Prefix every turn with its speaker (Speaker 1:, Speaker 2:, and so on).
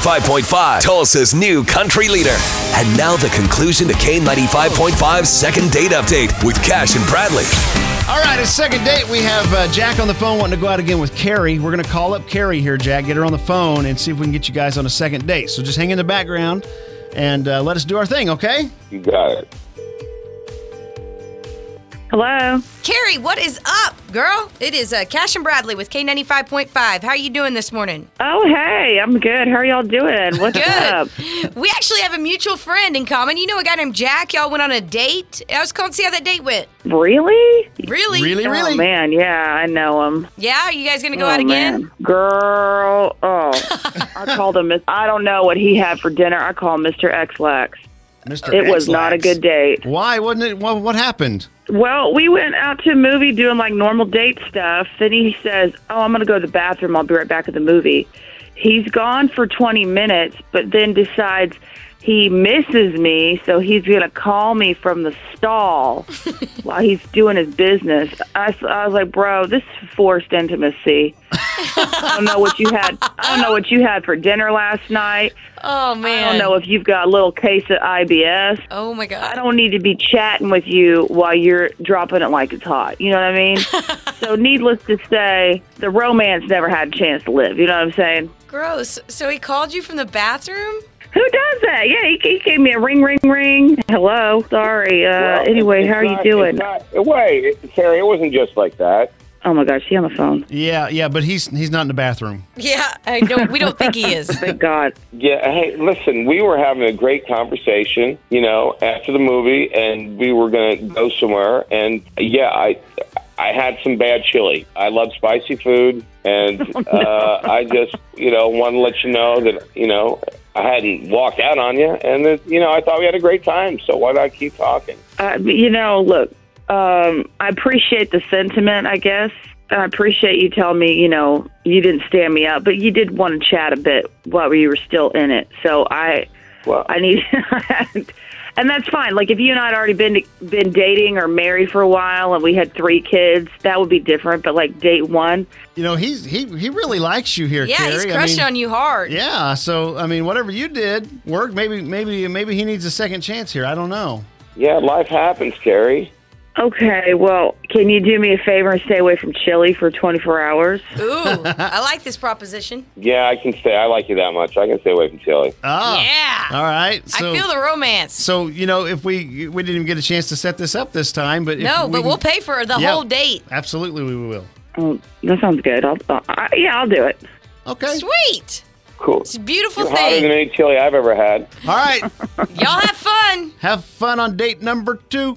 Speaker 1: K95.5, Tulsa's new country leader. And now the conclusion to K95.5's second date update with Cash and Bradley.
Speaker 2: All right, it's second date. We have uh, Jack on the phone wanting to go out again with Carrie. We're going to call up Carrie here, Jack, get her on the phone, and see if we can get you guys on a second date. So just hang in the background and uh, let us do our thing, okay?
Speaker 3: You got it.
Speaker 4: Hello.
Speaker 5: Carrie, what is up, girl? It is uh, Cash and Bradley with K95.5. How are you doing this morning?
Speaker 4: Oh, hey, I'm good. How are y'all doing? What's
Speaker 5: Good.
Speaker 4: up?
Speaker 5: We actually have a mutual friend in common. You know a guy named Jack. Y'all went on a date. I was calling to see how that date went.
Speaker 4: Really?
Speaker 5: Really?
Speaker 2: Really, really?
Speaker 4: Oh man, yeah, I know him.
Speaker 5: Yeah? Are you guys going to go
Speaker 4: oh,
Speaker 5: out again?
Speaker 4: Man. Girl, oh, I called him. Miss- I don't know what he had for dinner. I called Mr. Xlax.
Speaker 2: Mr.
Speaker 4: It was not a
Speaker 2: Xlax.
Speaker 4: good date.
Speaker 2: Why wasn't it? What, what happened?
Speaker 4: Well, we went out to a movie doing like normal date stuff. Then he says, Oh, I'm going to go to the bathroom. I'll be right back at the movie. He's gone for 20 minutes, but then decides he misses me, so he's going to call me from the stall while he's doing his business. I, s- I was like, Bro, this is forced intimacy. I don't know what you had. I don't know what you had for dinner last night.
Speaker 5: Oh,
Speaker 4: I don't
Speaker 5: man.
Speaker 4: know if you've got a little case of IBS.
Speaker 5: Oh, my God.
Speaker 4: I don't need to be chatting with you while you're dropping it like it's hot. You know what I mean? so, needless to say, the romance never had a chance to live. You know what I'm saying?
Speaker 5: Gross. So he called you from the bathroom?
Speaker 4: Who does that? Yeah, he, he gave me a ring, ring, ring. Hello. Sorry. Uh,
Speaker 3: Well,
Speaker 4: anyway,
Speaker 3: it's
Speaker 4: how are you
Speaker 3: not-
Speaker 4: doing?
Speaker 3: It's not, wait, it, Carrie, it wasn't just like that.
Speaker 4: Oh my gosh, he on the phone.
Speaker 2: Yeah, yeah, but he's he's not in the bathroom.
Speaker 5: Yeah. I don't. We don't think he is.
Speaker 4: Thank God.
Speaker 3: Yeah, hey, listen, we were having a great conversation, you know, after the movie, and we were going to go somewhere. And yeah, I I had some bad chili. I love spicy food, and
Speaker 4: Oh,
Speaker 3: uh, I just, you know, want to let you know that, you know, I hadn't walked out on you, and that, you know, I thought we had a great time. So why not keep talking?
Speaker 4: Uh, you know, look, um, I appreciate the sentiment, I guess. I appreciate you telling me, you know, you didn't stand me up, but you did want to chat a bit while you were still in it. So I,
Speaker 3: Well,
Speaker 4: I need, and that's fine. Like if you and I had already been been dating or married for a while, and we had three kids, that would be different. But like date one,
Speaker 2: You know, he's he he really likes you here,
Speaker 5: yeah,
Speaker 2: Carrie.
Speaker 5: he's
Speaker 2: I
Speaker 5: crushing
Speaker 2: mean-
Speaker 5: on you hard.
Speaker 2: Yeah, so I mean, whatever you did worked. Maybe, maybe, maybe he needs a second chance here. I don't know.
Speaker 3: yeah, life happens, Carrie.
Speaker 4: okay. Well, can you do me a favor and stay away from chili for twenty four hours?
Speaker 5: Ooh. I like this proposition.
Speaker 3: Yeah, I can stay. I like you that much. I can stay away from chili.
Speaker 2: Ah,
Speaker 5: Yeah.
Speaker 2: All right. So,
Speaker 5: I feel the romance.
Speaker 2: so you know, if we we didn't even get a chance to set this up this time, but if
Speaker 5: No,
Speaker 2: we
Speaker 5: but
Speaker 2: can-
Speaker 5: we'll pay for the
Speaker 2: Yeah.
Speaker 5: whole date.
Speaker 2: Absolutely, we will.
Speaker 4: Oh, that sounds good. I'll, I, yeah, I'll do it.
Speaker 2: Okay.
Speaker 5: Sweet.
Speaker 3: Cool.
Speaker 5: It's a beautiful
Speaker 3: You're hotter than
Speaker 5: thing.
Speaker 3: any chili I've ever had.
Speaker 2: All right.
Speaker 5: Y'all have fun.
Speaker 2: Have fun on date number two.